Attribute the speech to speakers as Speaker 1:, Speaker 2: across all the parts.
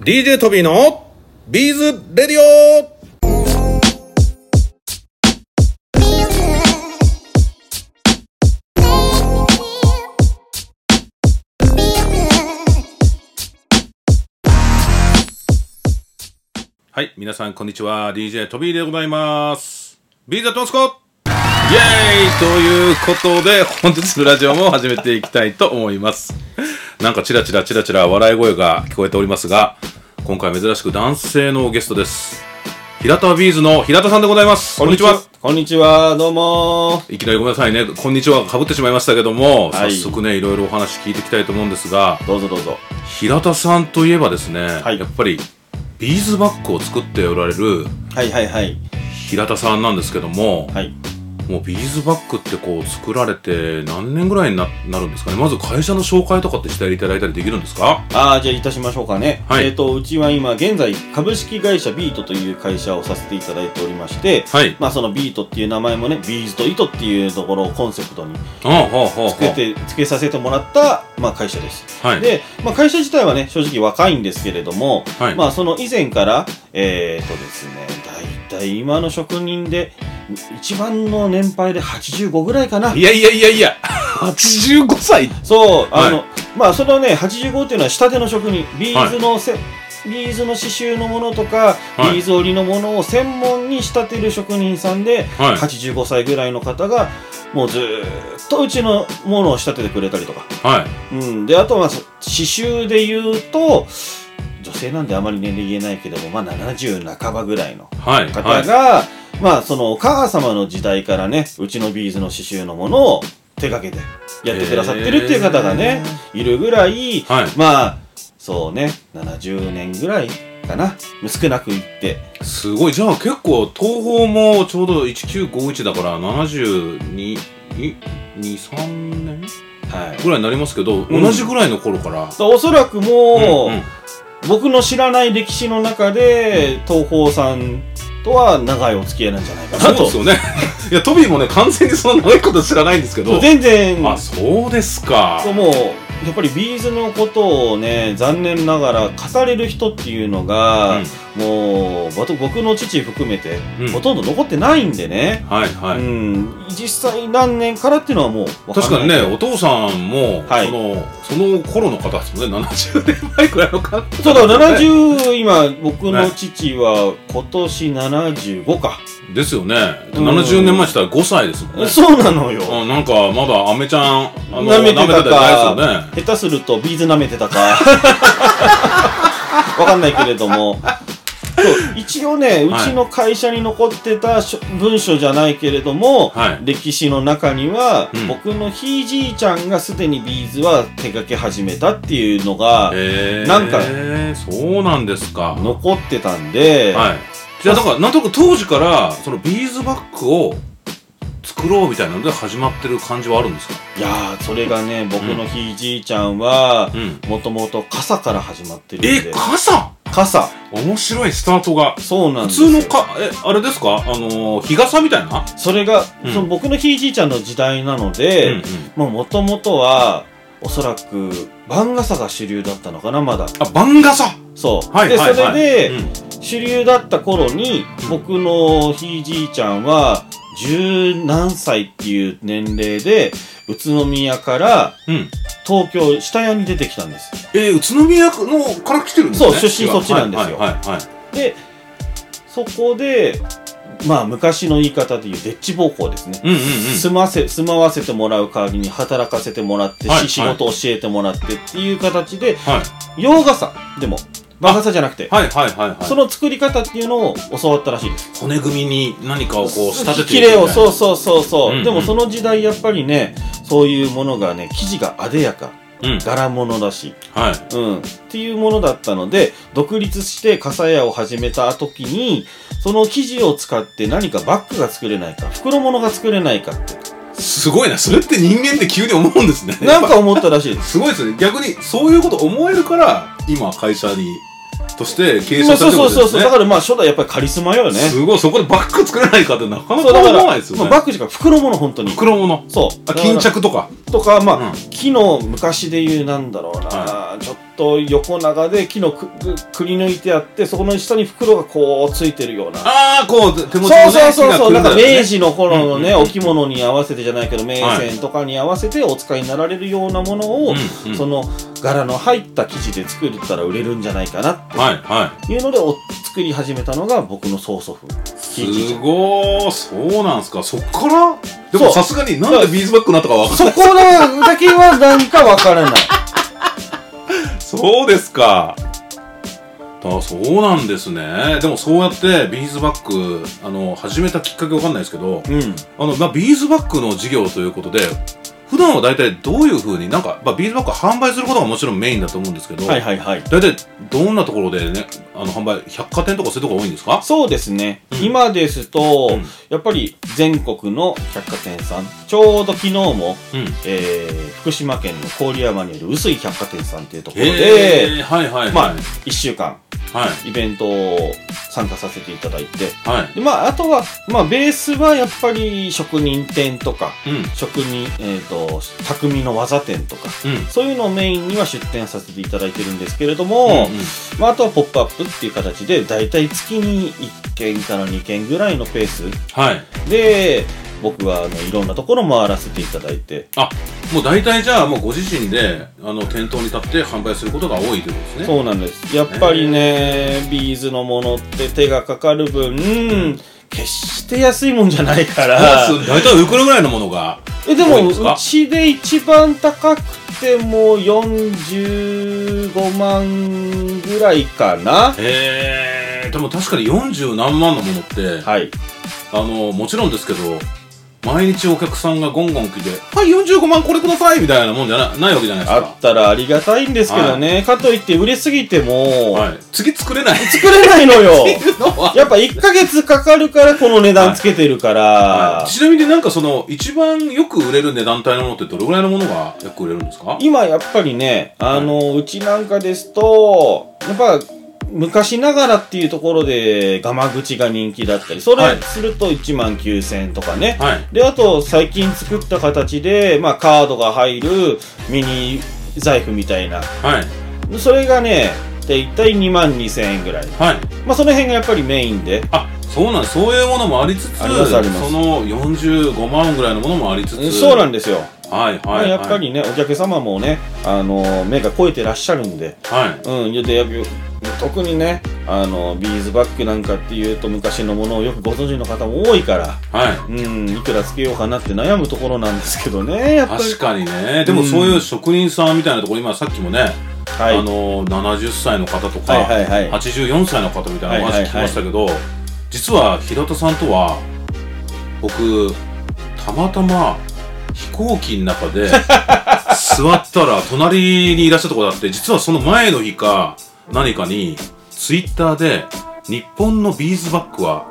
Speaker 1: DJ トビーのビーズレディオはい、皆さんこんにちは。DJ トビーでございます。ビーズトースコイェーイということで、本日のラジオも始めていきたいと思います。なんかチラチラチラチラ笑い声が聞こえておりますが、今回珍しく男性のゲストです。平田ビーズの平田さんでございます。こんにちは。。
Speaker 2: こんにちは、どうも
Speaker 1: いきなりごめんなさいね。こんにちは。かぶってしまいましたけども、
Speaker 2: はい
Speaker 1: 早速ね、いろいろお話聞いていきたいと思うんですが、
Speaker 2: どうぞどうぞ。
Speaker 1: 平田さんといえばですね、
Speaker 2: はい
Speaker 1: やっぱりビーズバッグを作っておられる
Speaker 2: はいはいはい。
Speaker 1: 平田さんなんですけども、
Speaker 2: はい。
Speaker 1: もうビーズバッグってこう作られて何年ぐらいにななるんですかねまず会社の紹介とかってしていただいたりできるんですか
Speaker 2: ああ、じゃあいたしましょうかね。
Speaker 1: はい
Speaker 2: えっ、と、うちは今現在、株式会社ビートという会社をさせていただいておりまして、
Speaker 1: はい。
Speaker 2: まあそのビートっていう名前もね、ビーズと糸っていうところをコンセプトに
Speaker 1: ああ、はあ、はあ。
Speaker 2: つけて、つけさせてもらった、まあ会社です。
Speaker 1: はい。
Speaker 2: で、まあ会社自体はね、正直若いんですけれども、
Speaker 1: はい。。
Speaker 2: まあその以前から、えっ、とですね、だいたい今の職人で、一番の年配で85ぐらいかない
Speaker 1: やいやいやいや、85歳
Speaker 2: そう、
Speaker 1: はい
Speaker 2: あの、まあ、そのね、85っていうのは下手の職人、ビーズのせ、ビーズの刺繍のものとか、
Speaker 1: はい
Speaker 2: ビーズ織りのものを専門に仕立てる職人さんで、
Speaker 1: はい
Speaker 2: 85歳ぐらいの方が、もうずーっとうちのものを仕立ててくれたりとか。
Speaker 1: はい。
Speaker 2: うん。で、あとは、そ刺繍で言うと、女性なんであまり年齢言えないけども、まあ、70半ばぐらいの
Speaker 1: はい。
Speaker 2: 方
Speaker 1: はい。
Speaker 2: が、まあそのお母様の時代からねうちのビーズの刺繍のものを手掛けてやってくださってるっていう方がね、いるぐらい
Speaker 1: はい。
Speaker 2: まあそうね70年ぐらいかな少なく言って
Speaker 1: すごい。じゃあ結構、東宝もちょうど1951だから72、2、3年
Speaker 2: はい
Speaker 1: ぐらいになりますけど、
Speaker 2: うん
Speaker 1: 同じぐらいの頃から。
Speaker 2: おそらくもう、
Speaker 1: うんうん
Speaker 2: 僕の知らない歴史の中で、東宝さんとは長いお付き合いなんじゃないか
Speaker 1: そ
Speaker 2: な
Speaker 1: うで
Speaker 2: と
Speaker 1: すよね。 いや、トビーもね、完全にそんな長いこと知らないんですけど。
Speaker 2: 全然
Speaker 1: あ、そうですか。
Speaker 2: そうもうやっぱりビーズのことをね残念ながら語れる人っていうのが、もうわた僕の父含めて、
Speaker 1: うん
Speaker 2: ほとんど残ってないんでね、
Speaker 1: はいはい。
Speaker 2: うん、実際何年からっていうのはもうわ
Speaker 1: 確
Speaker 2: んない
Speaker 1: かにね、お父さんも、
Speaker 2: はい
Speaker 1: その、その頃の方ですもんね、70年前くらいの方。
Speaker 2: そうだ70今僕の父は今年75か、
Speaker 1: ですよね。
Speaker 2: うん
Speaker 1: 70年前したら5歳ですもんね。
Speaker 2: そうなのよ
Speaker 1: あなんか、まだ、アメちゃん、あの、
Speaker 2: 舐めてたか
Speaker 1: 舐めてたりないですよね。
Speaker 2: 下手するとビーズ舐めてたか わかんないけれどもそう一応ねう
Speaker 1: はい
Speaker 2: ちの会社に残ってた書文書じゃないけれども、
Speaker 1: はい
Speaker 2: 歴史の中には、
Speaker 1: うん
Speaker 2: 僕のひいじいちゃんがすでにビーズは手掛け始めたっていうのが
Speaker 1: えー、
Speaker 2: なんか
Speaker 1: そうなんですか。
Speaker 2: 残ってたんで、
Speaker 1: はい。じゃあ、だから、なんとなく当時から、その、ビーズバッグを作ろうみたいなので始まってる感じはあるんですか
Speaker 2: い、やーそれがね僕のひいじいちゃんは
Speaker 1: う、ん。
Speaker 2: もともと傘から始まってるん
Speaker 1: え
Speaker 2: で、
Speaker 1: 傘
Speaker 2: 傘
Speaker 1: 面白いスタートが。
Speaker 2: そうな
Speaker 1: 普
Speaker 2: んですよ
Speaker 1: 通のか、え、あれですかあのー、日傘みたいな
Speaker 2: それが、
Speaker 1: うん
Speaker 2: その僕のひいじいちゃんの時代なの
Speaker 1: う
Speaker 2: で、
Speaker 1: んうん。
Speaker 2: もともとは、おそらく、番傘が主流だったのかな、まだ。
Speaker 1: あ、番傘
Speaker 2: そう。
Speaker 1: はい
Speaker 2: で、
Speaker 1: はい
Speaker 2: そ
Speaker 1: はい
Speaker 2: れ
Speaker 1: う
Speaker 2: で、
Speaker 1: ん
Speaker 2: 主流だった頃に、僕のひいじいちゃんは、十何歳っていう年齢で、宇都宮から
Speaker 1: うん。
Speaker 2: 東京、下屋に出てきたんです。
Speaker 1: えー、宇都宮のから来てるんですね
Speaker 2: そう出身そっちなんですよ
Speaker 1: はいはいはいはい。
Speaker 2: で、そこで、まあ、昔の言い方で言う、デッチ奉公ですね。
Speaker 1: うんうんうん。
Speaker 2: 住ませ、住まわせてもらう代わりに働かせてもらって、し
Speaker 1: はいはい
Speaker 2: 仕事を教えてもらってっていう形で、
Speaker 1: はい。
Speaker 2: 洋傘でも和傘じゃなくて、
Speaker 1: はいはいはいはい。
Speaker 2: その作り方っていうのを教わったらしいです
Speaker 1: 骨組みに何かをこう仕立てて
Speaker 2: 綺
Speaker 1: いくみたい
Speaker 2: 麗
Speaker 1: な
Speaker 2: をそうそうそうそう、
Speaker 1: うんうん
Speaker 2: でもその時代やっぱりねそういうものがね生地が艶やか
Speaker 1: うん。
Speaker 2: 柄物だし、
Speaker 1: はい。
Speaker 2: うん、っていうものだったので独立して傘屋を始めた時にその生地を使って何かバッグが作れないか袋物が作れないかって
Speaker 1: すごいな。それって人間って急に思うんですね。
Speaker 2: なんか思ったらしいです
Speaker 1: すごいですね。逆に、そういうこと思えるから、今、会社に、として経営
Speaker 2: ま
Speaker 1: 者
Speaker 2: あ
Speaker 1: さ
Speaker 2: そ
Speaker 1: れてる
Speaker 2: うそ
Speaker 1: わ
Speaker 2: う
Speaker 1: けですね。
Speaker 2: そうそうだからまあ初代やっぱりカリスマよね
Speaker 1: すごい、そこでバッグ作れないかってなかな
Speaker 2: そう
Speaker 1: か
Speaker 2: だか
Speaker 1: 思
Speaker 2: ら
Speaker 1: わないですよ
Speaker 2: まあ
Speaker 1: ね。
Speaker 2: バッグしか袋物本当に
Speaker 1: 袋物。
Speaker 2: そう
Speaker 1: あ、巾着とか。
Speaker 2: とか、まあ、
Speaker 1: うん
Speaker 2: 木の昔で言うなんだろうな、
Speaker 1: は
Speaker 2: まあちょっと横長で木のくくくり抜いてあってそこの下に袋がこうついてるような
Speaker 1: ああ、こう、手持ちの
Speaker 2: そうそう
Speaker 1: ね
Speaker 2: そうそう、なんか明
Speaker 1: 木
Speaker 2: 治の頃のね、
Speaker 1: うんうんうん
Speaker 2: お着物に合わせてじゃないけど、名線とかに合わせてお使いになられるようなもの
Speaker 1: が
Speaker 2: を、
Speaker 1: 来るんだよねうんうん
Speaker 2: その柄の入った生地で作ったら売れるんじゃないかなっ
Speaker 1: はい、は
Speaker 2: ていうので、お作り始めたのが僕の曽祖父。
Speaker 1: い。
Speaker 2: ひいじいち
Speaker 1: すごー、そうなんすか。そっからでも
Speaker 2: そ
Speaker 1: さすがになんでビーズバッグになったかわかん
Speaker 2: そこだだけは何かわから ない。
Speaker 1: そうですか。あそうなんですね。でもそうやってビーズバッグ、あの、始めたきっかけわかんないですけど、
Speaker 2: うん。
Speaker 1: あの、まあ、ビーズバッグの事業ということで、普段は大体どういうふうになんか、まあ、ビーズバッグ販売することがもちろんメインだと思うんですけど、
Speaker 2: はいはいはい。
Speaker 1: 大体どんなところでね、あの、販売、百貨店とかそういうとこが多いんですか
Speaker 2: そうですね。
Speaker 1: うん
Speaker 2: 今ですと、
Speaker 1: うん
Speaker 2: やっぱり全国の百貨店さん、ちょうど昨日も、
Speaker 1: うん。
Speaker 2: えー、福島県の郡山にある薄い百貨店さんっていうところで、
Speaker 1: ええはいはいはい。
Speaker 2: まあ、1週間、
Speaker 1: はい、
Speaker 2: イベントを参加させていただいて、
Speaker 1: はい。
Speaker 2: で、まあ、あとは、まあ、ベースはやっぱり職人店とか、
Speaker 1: うん、うん、
Speaker 2: 職人、えっ、と、匠の技店とか、そういうのをメインには出店させていただいてるんですけれども、
Speaker 1: うんうん
Speaker 2: まあ、あとはポップアップっていう形で、だいたい月に1件から2件ぐらいのペース
Speaker 1: はい。
Speaker 2: で、僕は、あの、いろんなところ回らせていただいて、
Speaker 1: あ、もう大体じゃあ、もうご自身で、あの、店頭に立って販売することが多いということですね。
Speaker 2: そうなんです。やっぱりね、ビーズのものって手がかかる分、決して安いもんじゃないから。
Speaker 1: そう大体いくらぐらいのものが。
Speaker 2: え、で
Speaker 1: 多いん
Speaker 2: も、
Speaker 1: ですか
Speaker 2: うちで一番高くても45万ぐらいかな。
Speaker 1: えー、でも確かに40何万のものって、
Speaker 2: はい。
Speaker 1: あの、もちろんですけど、毎日お客さんがゴンゴン来て、はい、45万これくださいみたいなもんじゃなないわけじゃないです
Speaker 2: あ
Speaker 1: か
Speaker 2: っ。たらありがたいんですけどね。かといって売れすぎても、
Speaker 1: はい。次作れない
Speaker 2: 作れない のよ。
Speaker 1: のは
Speaker 2: やっぱ1ヶ月かかるからこの値段つけてるから。
Speaker 1: はいちなみになんかその、一番よく売れる値段帯のものってどれぐらいのものがよく売れるんですか
Speaker 2: 今やっぱりね、あの、うちなんかですと、やっぱ、昔ながらっていうところで、ガマ口が人気だったり、そ
Speaker 1: は
Speaker 2: れ
Speaker 1: い
Speaker 2: すると1万9000円とかね。
Speaker 1: はい。
Speaker 2: で、あと、最近作った形で、まあ、カードが入るミニ財布みたいな。
Speaker 1: はい。
Speaker 2: それがね、だいたい2万2000円ぐらい。
Speaker 1: はい。
Speaker 2: まあ、その辺がやっぱりメインで。
Speaker 1: あ、そうなんそういうものもありつつ、
Speaker 2: ありますあります
Speaker 1: その45万ぐらいのものもありつつ、
Speaker 2: そうなんんですよ。
Speaker 1: はいはい、はい。
Speaker 2: まあ、やっぱりね、お客様もね、あの、目が超えてらっしゃるんで。
Speaker 1: はい。
Speaker 2: うん、でやっぱ特にねあのビーズバッグなんかっていうと昔のものをよくご存知の方も多いから、
Speaker 1: はい。
Speaker 2: うん、いくらつけようかなって悩むところなんですけどねやっぱり
Speaker 1: 確かにね。でもそういう職人さんみたいなところ、今さっきもね、
Speaker 2: はい
Speaker 1: あの、70歳の方とか、
Speaker 2: はいはいはい
Speaker 1: 84歳の方みたいなお
Speaker 2: は
Speaker 1: 話
Speaker 2: いはいはい
Speaker 1: 聞きましたけど、実は平田さんとは、僕、たまたま飛行機の中 で座ったら隣にいらっしゃったことがあって、実はその前の日か何かに、ツイッターで、日本のビーズバッグは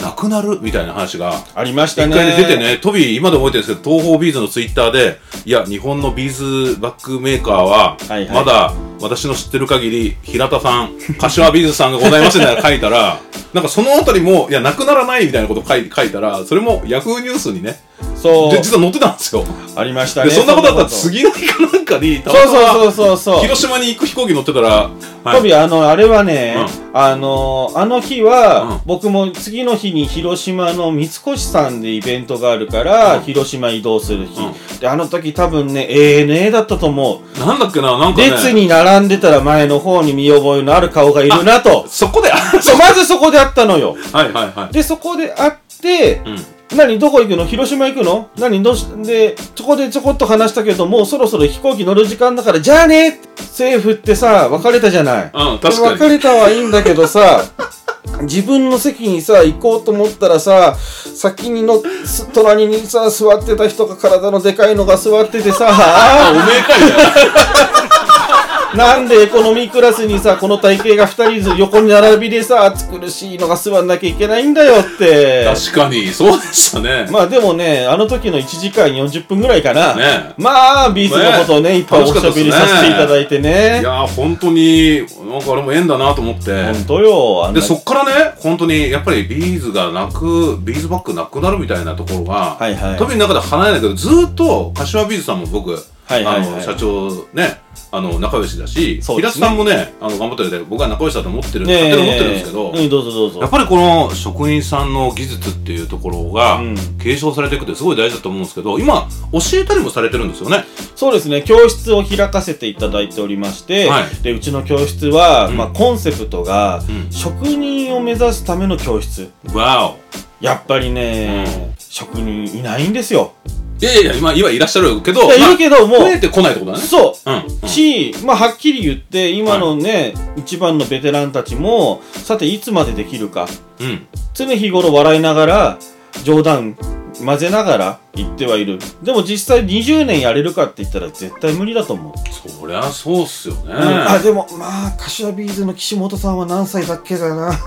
Speaker 1: なくなるみたいな話が、
Speaker 2: ありまし
Speaker 1: 一
Speaker 2: たね
Speaker 1: 回ね出てね、トビー、今でも覚えてるんですけど、東方ビーズのツイッターで、いや、日本のビーズバッグメーカーは
Speaker 2: はい、はい
Speaker 1: まだ私の知ってる限り、平田さん、柏ビーズさんがございませんみたいなの書いたら、なんかそのあたりも、いや、なくならないみたいなこと書い書いたら、それもヤフーニュースにね、
Speaker 2: そう
Speaker 1: で実は載ってたんですよ。
Speaker 2: ありました
Speaker 1: で、
Speaker 2: ね
Speaker 1: そんなことだったら次の日かなんかに、た
Speaker 2: そ
Speaker 1: ま
Speaker 2: う
Speaker 1: たま
Speaker 2: そうそうそうそう
Speaker 1: 広島に行く飛行機乗ってたら、は
Speaker 2: ト
Speaker 1: い、
Speaker 2: ビあのあれはね、あのあの日は、
Speaker 1: うん
Speaker 2: 僕も次の日に広島の三越さんでイベントがあるから、
Speaker 1: うん
Speaker 2: 広島移動する日、
Speaker 1: うん
Speaker 2: であの時多分ね ANA だったと思う
Speaker 1: なんだっけな、なんかね、
Speaker 2: 列に並んでたら前の方に見覚えのある顔がいるなと。
Speaker 1: そこで、は
Speaker 2: そう、まずそこで会ったのよ。
Speaker 1: いはいはい。
Speaker 2: で、そこで会って、
Speaker 1: うん
Speaker 2: 何どこ行くの広島行くの何どうし、で、そこでちょこっと話したけど、もうそろそろ飛行機乗る時間だから、じゃあね政府ってさ、別れたじゃない。
Speaker 1: うん、確かに。
Speaker 2: 別れたはいいんだけどさ、自分の席にさ、行こうと思ったらさ、先にの、す隣にさ、座ってた人が体のでかいのが座っててさ、あー
Speaker 1: あ、おめえかいじゃん。
Speaker 2: なんでエコノミークラスにさ、この体型が2人ず横に並びでさ、暑苦しいのが座んなきゃいけないんだよって。
Speaker 1: 確かに、そうでしたね。
Speaker 2: まあでもね、あの時の1時間40分ぐらいかな。
Speaker 1: ね
Speaker 2: まあ、ビーズのことをね、いっぱい
Speaker 1: 楽
Speaker 2: お
Speaker 1: し
Speaker 2: し
Speaker 1: かっ
Speaker 2: ゃ
Speaker 1: たで
Speaker 2: べ
Speaker 1: すね
Speaker 2: りさせていただいて
Speaker 1: い
Speaker 2: ね。
Speaker 1: やー、本当に、なんかあれも縁だなと思って。
Speaker 2: 本当よ、あんな
Speaker 1: で、そっからね、本当に、やっぱりビーズがなく、ビーズバッグなくなるみたいなところが、
Speaker 2: はいはい
Speaker 1: トビの中で離れないけど、ずーっと、柏ビーズさんも僕、
Speaker 2: はいはいはい
Speaker 1: あの、社長ね、あの仲良しだし、
Speaker 2: そうで
Speaker 1: 平
Speaker 2: す
Speaker 1: 津
Speaker 2: ね
Speaker 1: さんもねあの頑張ってるんで僕は仲良しだと思ってるん
Speaker 2: ね
Speaker 1: で、
Speaker 2: え
Speaker 1: 勝手に思ってるんですけど、
Speaker 2: うん、どうぞどうぞ。
Speaker 1: やっぱりこの職員さんの技術っていうところが
Speaker 2: うん
Speaker 1: 継承されていくってすごい大事だと思うんですけど今教えたりもされてるんですよね
Speaker 2: そうですね、教室を開かせていただいておりまして、
Speaker 1: はい
Speaker 2: でうちの教室は、
Speaker 1: うん
Speaker 2: まあ、コンセプトが、
Speaker 1: うん
Speaker 2: 職人を目指すための教室。
Speaker 1: わお
Speaker 2: やっぱりね、
Speaker 1: うん
Speaker 2: 職人いないんですよ。
Speaker 1: いやいや今今いらっしゃるけ
Speaker 2: い
Speaker 1: ど
Speaker 2: やい
Speaker 1: ま
Speaker 2: るけども
Speaker 1: あ、増えてこないってことだね
Speaker 2: そう
Speaker 1: うんうん
Speaker 2: うんし、まあ、はっきり言って、今のね、一番のベテランたちも、さて、いつまでできるか、
Speaker 1: うん
Speaker 2: 常日頃笑いながら、冗談混ぜながら言ってはいる。でも実際20年やれるかって言ったら絶対無理だと思う。
Speaker 1: そりゃそうっすよね、
Speaker 3: あ、でも、まあ、柏ビーズの岸本さんは何歳だっけだ な。
Speaker 2: っ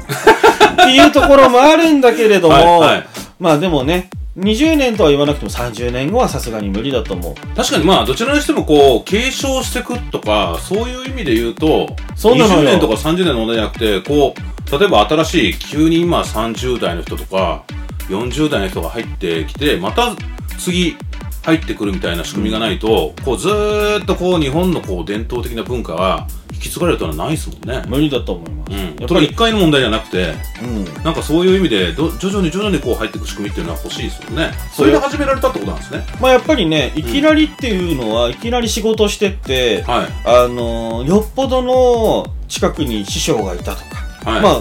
Speaker 2: ていうところもあるんだけれども、
Speaker 1: はいはい
Speaker 2: まあでもね、20年とは言わなくても30年後はさすがに無理だと思う。
Speaker 1: 確かにまあどちらにしてもこう継承してくとかそういう意味で言うと
Speaker 2: そうなのよ
Speaker 1: 20年とか30年の問題じゃなくてこう例えば新しい急に今30代の人とか40代の人が入ってきてまた次入ってくるみたいな仕組みがないと、こうずーっとこう日本のこう伝統的な文化が引き継がれるというのはないですもんね。
Speaker 2: 無理だと思います。
Speaker 1: うん、
Speaker 2: やっ
Speaker 1: そ
Speaker 2: ぱ
Speaker 1: れ
Speaker 2: り
Speaker 1: 一、回の問題じゃなくて
Speaker 2: うん、
Speaker 1: なんかそういう意味でど徐々に徐々にこう入っていく仕組みっていうのは欲しいですよねそれで始められたってことなんですね
Speaker 2: まあやっぱりね、いきなりっていうのは、いきなり仕事してって、
Speaker 1: はい
Speaker 2: あのーよっぽどの近くに師匠がいたとか、
Speaker 1: はい、
Speaker 2: まあ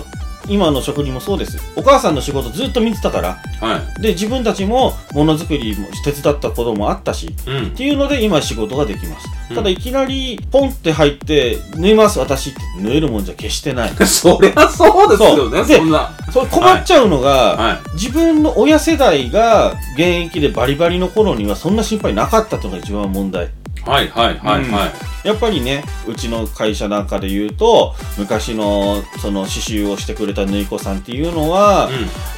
Speaker 2: 今の職人もそうですお母さんの仕事ずっと見てたから
Speaker 1: はい
Speaker 2: で自分たちもものづくりも手伝ったこともあったしっ
Speaker 1: うん
Speaker 2: ていうので今仕事ができます、
Speaker 1: うん
Speaker 2: ただいきなりポンって入って縫います私って縫えるもんじゃ決してない
Speaker 1: そりゃそうですよ
Speaker 2: そ
Speaker 1: ね、
Speaker 2: うで
Speaker 1: そんな。
Speaker 2: そう困っちゃうのが、
Speaker 1: は
Speaker 2: 自分の親世代が現役でバリバリの頃にはそんな心配なかったというのが一番問題
Speaker 1: い。はいはいはいはい。
Speaker 2: やっぱりね、うちの会社なんかで言うと、昔のその刺繍をしてくれた縫い子さんっていうの
Speaker 1: う
Speaker 2: は、
Speaker 1: ん。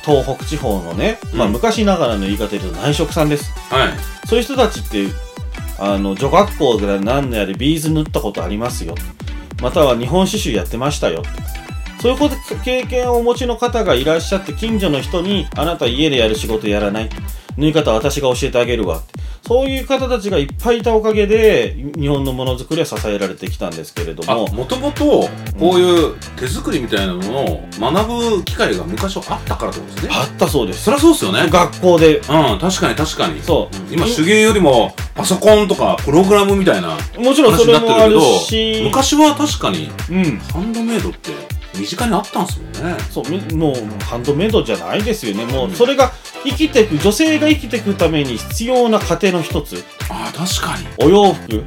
Speaker 2: 東北地方のね、まあ
Speaker 1: うん
Speaker 2: 昔ながらの言い方で言うと内職さんです。
Speaker 1: はい。
Speaker 2: そういう人たちって、あの、女学校で何年やでビーズ縫ったことありますよ。または日本刺繍やってましたよ。そういうこと経験をお持ちの方がいらっしゃって、近所の人に、あなた家でやる仕事やらない。縫い方は私が教えてあげるわ。そういう方たちがいっぱいいたおかげで、日本のものづくりは支えられてきたんですけれど
Speaker 1: あ、
Speaker 2: も、
Speaker 1: もともと、こういう手作りみたいなものを学ぶ機会が昔はあったからってことですね。
Speaker 2: あったそうです。
Speaker 1: そりゃそうですよね。うん、
Speaker 2: 学校で。
Speaker 1: 確かに確かに。
Speaker 2: そう
Speaker 1: うん今、手芸よりも、パソコンとか、プログラムみたいな
Speaker 2: もちろん
Speaker 1: 話
Speaker 2: そ
Speaker 1: に
Speaker 2: れ
Speaker 1: なって
Speaker 2: もある
Speaker 1: るけ
Speaker 2: し、
Speaker 1: ど、昔は確かに、
Speaker 2: うん。
Speaker 1: ハンドメイドって、身近にあったんですもんね。
Speaker 2: そうみもうハンドメイドじゃないですよねもうそれが生きていく女性が生きていくために必要な過程の一つ
Speaker 1: あ、確かに。
Speaker 2: お洋服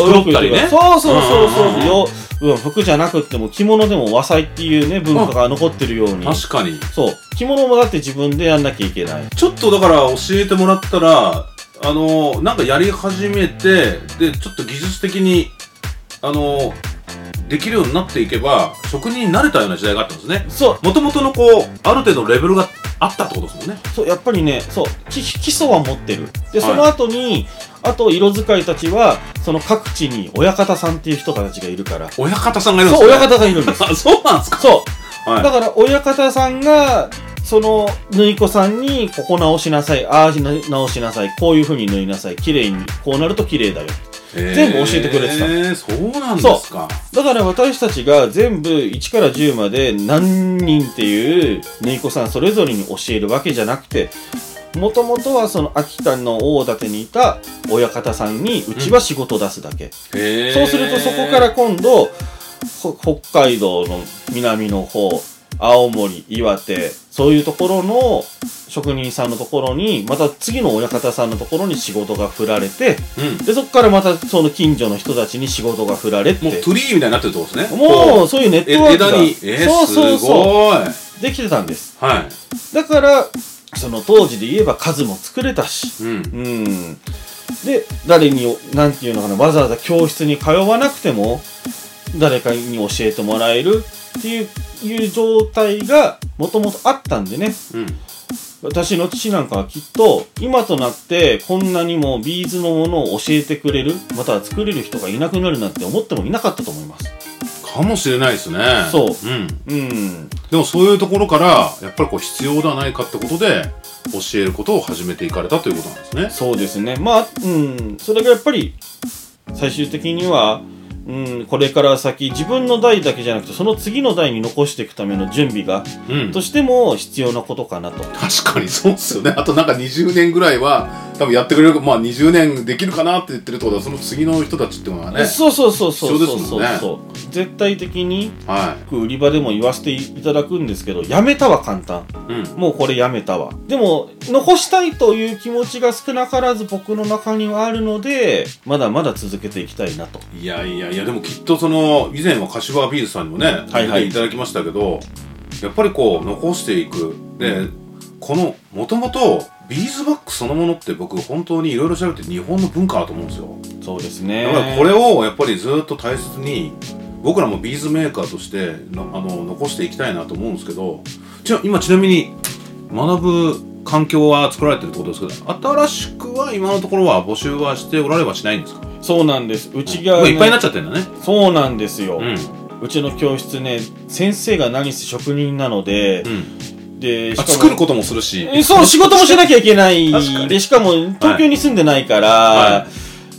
Speaker 2: お洋
Speaker 1: 作
Speaker 2: 服
Speaker 1: ったりね
Speaker 2: そうそうそうそ
Speaker 1: う
Speaker 2: う
Speaker 1: んうんうん
Speaker 2: ようん服じゃなくっても着物でも和裁っていうね文化が残ってるように
Speaker 1: 確かに。
Speaker 2: そう着物もだって自分でやんなきゃいけない
Speaker 1: ちょっとだから教えてもらったら、あのなんかやり始めて、で、ちょっと技術的に、あのできるようになっていけば、職人になれたような時代があったんですね。
Speaker 2: そう
Speaker 1: もともとのこう、ある程度レベルがあったってことですもんね。
Speaker 2: そうやっぱりねそうき基礎は持ってるで
Speaker 1: はい
Speaker 2: その後に、あと色使いたちはその各地に親方さんっていう人たちがいるから
Speaker 1: 親方さんがいるんです
Speaker 2: そう
Speaker 1: ね
Speaker 2: 親。方がい るんです
Speaker 1: あ、そうなんですか。
Speaker 2: そう
Speaker 1: はい。
Speaker 2: だから親方さんがその縫い子さんにここ直しなさいああ直しなさいこういう風に縫いなさい綺麗にこうなると綺麗だよ全部教えてくれてた
Speaker 1: えー、そうなんですか。
Speaker 2: だから私たちが全部1から10まで何人っていう縫い子さんそれぞれに教えるわけじゃなくてもともとはその秋田の大館にいた親方さんにうちは仕事を出すだけ、
Speaker 1: へー
Speaker 2: そうするとそこから、今度ほ北海道の南の方青森岩手そういうところの職人さんのところにまた次の親方さんのところに仕事が振られて
Speaker 1: うん。
Speaker 2: でそこからまたその近所の人たちに仕事が振られて
Speaker 1: もうトゥリーみたいになってるってことですね。
Speaker 2: も
Speaker 1: こ
Speaker 2: うそういうネッ
Speaker 1: え
Speaker 2: トワークが
Speaker 1: 枝に、えー、
Speaker 2: そうそう
Speaker 1: す
Speaker 2: そ
Speaker 1: ごい。
Speaker 2: うできてたんです
Speaker 1: は
Speaker 2: だからその当時で言えば数も作れたし
Speaker 1: い。うん。
Speaker 2: うん。で、誰に、なんていうのかな、わざわざ教室に通わなくても、誰かに教えてもらえるっていう、いう状態が、もともとあったんでね。
Speaker 1: うん。
Speaker 2: 私の父なんかはきっと、今となって、こんなにもビーズのものを教えてくれる、または作れる人がいなくなるなんて思ってもいなかったと思います。
Speaker 1: かもしれないですね。
Speaker 2: そう
Speaker 1: うん。
Speaker 2: うん。
Speaker 1: でもそういうところから、やっぱりこう必要ではないかってことで、教えることを始めていかれたということなんですね。
Speaker 2: そうですね。まあ、うん。それがやっぱり、最終的には、うん、これから先自分の代だけじゃなくてその次の代に残していくための準備が、
Speaker 1: うん
Speaker 2: としても必要なことかなと
Speaker 1: 確かにそうっすよね。あとなんか20年ぐらいは、多分やってくれる、まあ20年できるかなって言ってるってことは、その次の人たちっていうのはね、
Speaker 2: そうそうそうそうそう
Speaker 1: 必要
Speaker 2: そう
Speaker 1: です
Speaker 2: そう、絶対的に
Speaker 1: は
Speaker 2: 売り場でも言わせていただくんですけどやめたは簡単
Speaker 1: い。うん。
Speaker 2: もうこれやめたわでも残したいという気持ちが少なからず僕の中にはあるのでまだまだ続けていきたいなと
Speaker 1: いやいやいや、でもきっとその、以前は柏ビーズさんにもね、
Speaker 2: はいはい
Speaker 1: 出ていただきましたけど、やっぱりこう、残していく。で、この、もともと、ビーズバッグそのものって僕本当にいろいろ調べて日本の文化だと思うんですよ。
Speaker 2: そうですね
Speaker 1: だからこれをやっぱりずっと大切に僕らもビーズメーカーとしてのあの残していきたいなと思うんですけどちな今ちなみに学ぶ環境は作られてるってことですけど新しくは今のところは募集はしておられはしないんですか
Speaker 2: そうなんですうち
Speaker 1: も
Speaker 2: が、
Speaker 1: ういっぱいになっちゃってるんだね
Speaker 2: そうなんですよ、
Speaker 1: うん
Speaker 2: うちの教室ね先生が何せ職人なので
Speaker 1: う、ん
Speaker 2: でし
Speaker 1: あ
Speaker 2: かも
Speaker 1: 作ることもするし
Speaker 2: えそう仕事もしなきゃいけない
Speaker 1: 確かに
Speaker 2: でしかも東京に住んでないから、
Speaker 1: は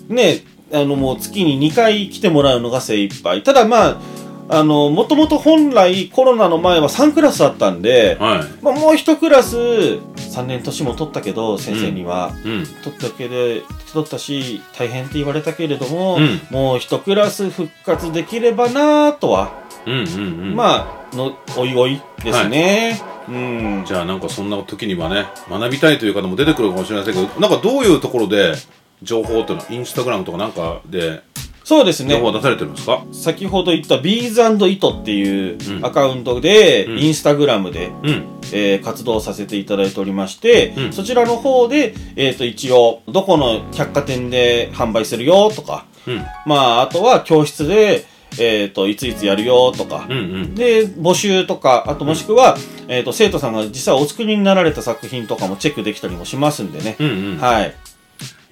Speaker 2: ねあのもう月に2回来てもらうのが精一杯ただまああのもともと本来コロナの前は3クラスあったんで、
Speaker 1: は
Speaker 2: まあ、もう1クラス3年年も取ったけど先生には、
Speaker 1: いうん
Speaker 2: 取ったけれ取ったし大変って言われたけれども、
Speaker 1: うん
Speaker 2: もう1クラス復活できればなとは、
Speaker 1: うんうんうん
Speaker 2: まあのおいおいですね、うん
Speaker 1: じゃあなんかそんな時にはね学びたいという方も出てくるかもしれませんけどなんかどういうところで情報っていうのはインスタグラムとかなんかで
Speaker 2: そうですね
Speaker 1: 情報は出されてるんですか、
Speaker 2: 先ほど言ったビーズイトっていう
Speaker 1: うん
Speaker 2: アカウントで、
Speaker 1: うん
Speaker 2: インスタグラムで、
Speaker 1: うん
Speaker 2: えー活動させていただいておりまして、
Speaker 1: うん
Speaker 2: そちらの方で、えー、と一応どこの百貨店で販売するよとか、
Speaker 1: うん
Speaker 2: まあ、あとは教室で、えー、といついつやるよとか、
Speaker 1: うんうん
Speaker 2: で募集とかあともしくは、えー、と生徒さんが実際お作りになられた作品とかもチェックできたりもしますんでね、
Speaker 1: うんうん
Speaker 2: はい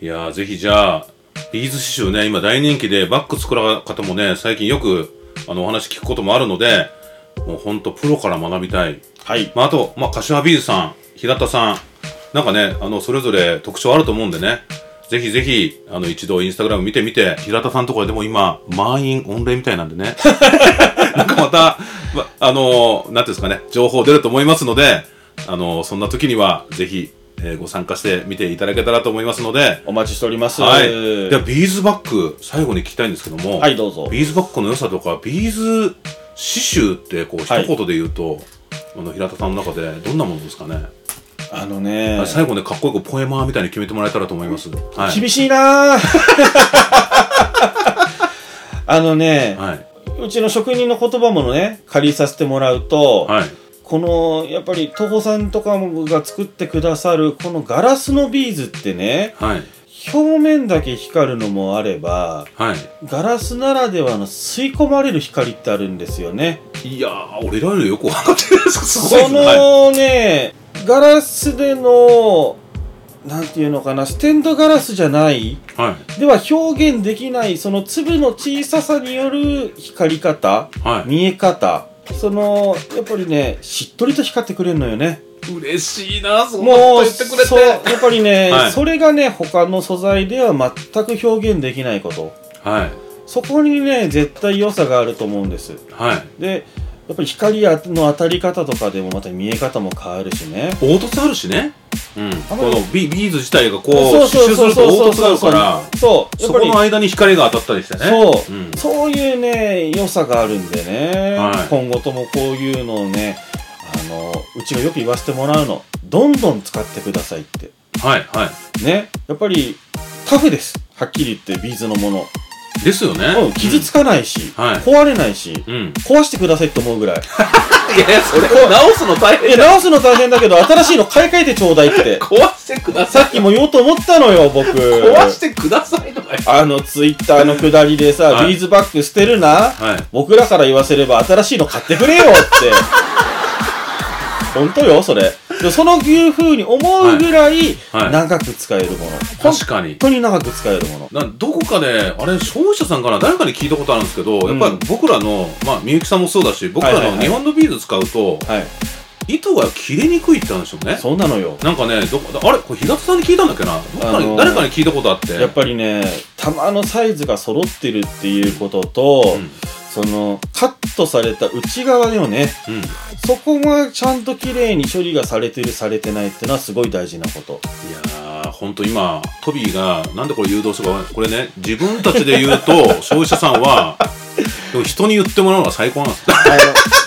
Speaker 1: いやーぜひじゃあビーズ刺繍ね今大人気でバッグ作ら方もね最近よくあのお話聞くこともあるのでもうほんとプロから学びたい、
Speaker 2: はい
Speaker 1: まあ、あと、まあ、柏ビーズさん平田さんなんかねあのそれぞれ特徴あると思うんでねぜひぜひあの一度インスタグラム見てみて平田さんのところでも今満員御礼みたいなんでねなんかまた、まあのなんていうんですかね情報出ると思いますのであのそんな時にはぜひ、えーご参加してみていただけたらと思いますので
Speaker 2: お待ちしております
Speaker 1: はい。では、ビーズバッグ、最後に聞きたいんですけども、
Speaker 2: はいどうぞ
Speaker 1: ビーズバッグの良さとか、ビーズ刺繍って、こう、一
Speaker 2: はい
Speaker 1: 言で言うと、あの、平田さんの中で、どんなものですかね。
Speaker 2: あのね
Speaker 1: 最後ね、かっこよくポエマーみたいに決めてもらえたらと思います。はい。
Speaker 2: 厳し いなぁあのね、
Speaker 1: はい。
Speaker 2: うちの職人の言葉もね、借りさせてもらうと、
Speaker 1: はい。
Speaker 2: この、やっぱり、徒歩さんとかもが作ってくださる、このガラスのビーズってね、
Speaker 1: はい。
Speaker 2: 表面だけ光るのもあれば、
Speaker 1: はい。
Speaker 2: ガラスならではの吸い込まれる光ってあるんですよね。
Speaker 1: いやー、俺らよりよくわかってるんですかすごいで
Speaker 2: そ
Speaker 1: すね。はい。
Speaker 2: のね、ガラスでの、なんていうのかな、ステンドガラスじゃない
Speaker 1: はい。
Speaker 2: では表現できないその粒の小ささによる光り方
Speaker 1: はい。
Speaker 2: 見え方そのやっぱりねしっとりと光ってくれるのよね
Speaker 1: 嬉しいな、そんな
Speaker 2: も
Speaker 1: こと
Speaker 2: う
Speaker 1: 言ってくれ
Speaker 2: そうや
Speaker 1: て。
Speaker 2: っぱりね、
Speaker 1: はい
Speaker 2: それがね他の素材では全く表現できないこと
Speaker 1: はい。
Speaker 2: そこにね絶対良さがあると思うんです
Speaker 1: はい。
Speaker 2: でやっぱり光の当たり方とかでもまた見え方も変わるしね
Speaker 1: 凹凸あるしね。うん。こ
Speaker 2: あまり
Speaker 1: のビビーズ自体がこう、
Speaker 2: そ
Speaker 1: 刺
Speaker 2: うそ
Speaker 1: 繍
Speaker 2: う
Speaker 1: す
Speaker 2: そう
Speaker 1: ると
Speaker 2: そう
Speaker 1: 凹凸あ
Speaker 2: そう
Speaker 1: る
Speaker 2: そ
Speaker 1: か
Speaker 2: う
Speaker 1: ら、
Speaker 2: そうやっ
Speaker 1: そこ
Speaker 2: ぱり
Speaker 1: の間に光が当たったりしてね。
Speaker 2: そう、
Speaker 1: ん
Speaker 2: そういうね、良さがあるんでね、
Speaker 1: はい
Speaker 2: 今後ともこういうのをね、あの、うちがよく言わせてもらうの、どんどん使ってくださいって。
Speaker 1: はいはい。
Speaker 2: ね、やっぱりタフです。はっきり言ってビーズのもの。
Speaker 1: ですよね。
Speaker 2: うん、傷つかないし、
Speaker 1: はい
Speaker 2: 壊れないし、
Speaker 1: うん。うん。
Speaker 2: 壊してくださいって思うぐらい。
Speaker 1: いやいや、それを直すの大
Speaker 2: いや、直すの大変だけど、新しいの買い替えてちょうだいって。
Speaker 1: 壊してくだ
Speaker 2: さっきも言おうと思ったのよ、僕。
Speaker 1: てくださいとか
Speaker 2: あの、ツイッターのくだりでさ、
Speaker 1: はい
Speaker 2: ビーズバッグ捨てるな、
Speaker 1: はい。
Speaker 2: 僕らから言わせれば新しいの買ってくれよ って。本当よ、それ。でそのいう風に思うぐら
Speaker 1: は
Speaker 2: い
Speaker 1: いはい
Speaker 2: 長く使えるもの。本
Speaker 1: 確かに。
Speaker 2: 当に長く使えるもの。
Speaker 1: などこかで、あれ、消費者さんから誰かに聞いたことあるんですけど、やっぱり僕らの、まあ、みゆきさんもそうだし、僕ら
Speaker 2: はいはい
Speaker 1: の
Speaker 2: はい
Speaker 1: 日本のビーズ使うと、
Speaker 2: はい。
Speaker 1: 糸が切れにくいって話もね
Speaker 2: そうなのよ
Speaker 1: なんかねどこあれこれ平田さんに聞いたんだっけなどっか
Speaker 2: あ
Speaker 1: に、
Speaker 2: のー
Speaker 1: 誰かに聞いたことあって
Speaker 2: やっぱりね玉のサイズが揃ってるっていうことと、
Speaker 1: うん
Speaker 2: そのカットされた内側だよね
Speaker 1: うん
Speaker 2: そこがちゃんと綺麗に処理がされてるされてないってのはすごい大事なこと
Speaker 1: いやー、ほんと今、トビーが、なんでこれ誘導するか、これね、自分たちで言う と、消費者さんは、でも人に言ってもらうのが最高なんです。
Speaker 2: あの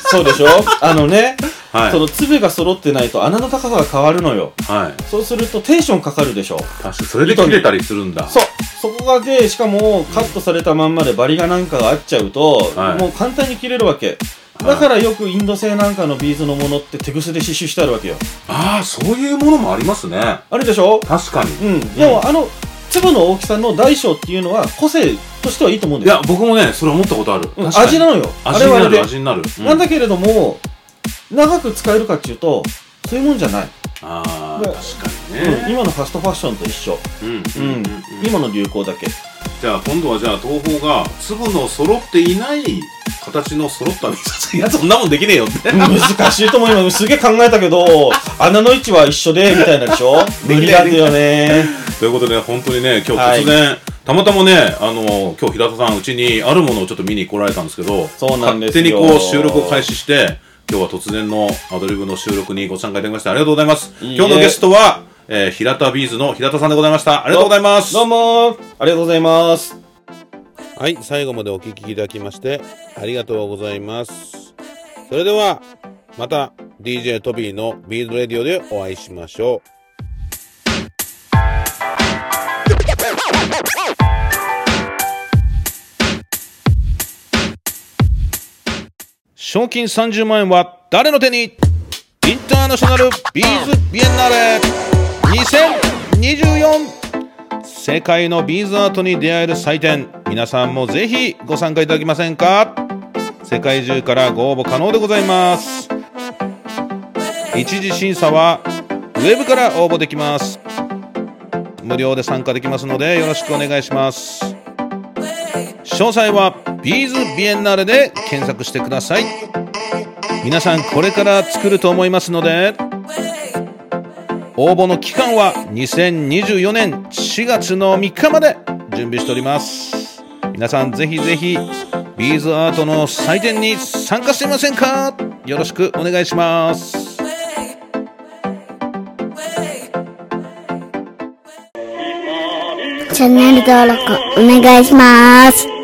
Speaker 2: そうでしょあのね、
Speaker 1: はい
Speaker 2: そ。の粒が揃ってないと穴の高さが変わるのよ
Speaker 1: はい。
Speaker 2: そうするとテンションかかるでしょ
Speaker 1: 確かにそれで切れたりするんだ。
Speaker 2: そうそこがでしかもカットされたまんまでバリがなんかがあっちゃうと、
Speaker 1: はい
Speaker 2: もう簡単に切れるわけ
Speaker 1: はい
Speaker 2: だからよくインド製なんかのビーズのものって手癖で刺繍してあるわけよ
Speaker 1: ああ、そういうものもありますね。
Speaker 2: あるでしょ
Speaker 1: 確かに。
Speaker 2: うんでもあの粒の大きさの大小っていうのは個性としてはいいと思うん
Speaker 1: い
Speaker 2: だよ
Speaker 1: や、僕もね、それ思ったことある。
Speaker 2: うん
Speaker 1: 確かに
Speaker 2: 味なのよあ
Speaker 1: 味
Speaker 2: れ
Speaker 1: に
Speaker 2: はあ
Speaker 1: な
Speaker 2: れで
Speaker 1: る、味になる。う
Speaker 2: なんだけれども長く使えるかっていうとそういうもんじゃない、
Speaker 1: ああ、
Speaker 2: ね
Speaker 1: 確かにね。
Speaker 2: うん今のファストファッションと一緒、
Speaker 1: うん。
Speaker 2: う
Speaker 1: うんん。うん。うん
Speaker 2: 今の流行だけ
Speaker 1: じゃあ、今度はじゃあ、東宝が、粒の揃っていない形の揃った水。いや、そんなもんできねえよって。
Speaker 2: 難しいと思います。すげえ考えた けど、穴の位置は一緒で、みたいなでしょ無理なんだよね。
Speaker 1: ということで、本当にね、今日
Speaker 2: はい
Speaker 1: 突然、たまたまね、あの、今日平田さん、うちにあるものをちょっと見に来られたんですけど、
Speaker 2: そうなんです
Speaker 1: 勝
Speaker 2: よ
Speaker 1: 手にこう収録を開始して、今日は突然のアドリブの収録にご参加いただきましてありがとうございます。
Speaker 2: いいえ
Speaker 1: 今日のゲストは、えー平田ビーズの平田さんでございました。ありがとうございます。
Speaker 2: どうも、ありがとうございます。
Speaker 1: はい、最後までお聞きいただきましてありがとうございます。それではまた DJ トビーのビードレディオでお会いしましょう。賞金30万円は誰の手にインターナショナルビーズビエンナーレ2024世界のビーズアートに出会える祭典皆さんもぜひご参加いただけませんか世界中からご応募可能でございます一次審査はウェブから応募できます無料で参加できますのでよろしくお願いします詳細はビーズビエンナーレで検索してください皆さんこれから作ると思いますので応募の期間は2024年4月の3日まで準備しております皆さんぜひぜひビーズアートの祭典に参加してみませんかよろしくお願いします
Speaker 4: チャンネル登録お願いします。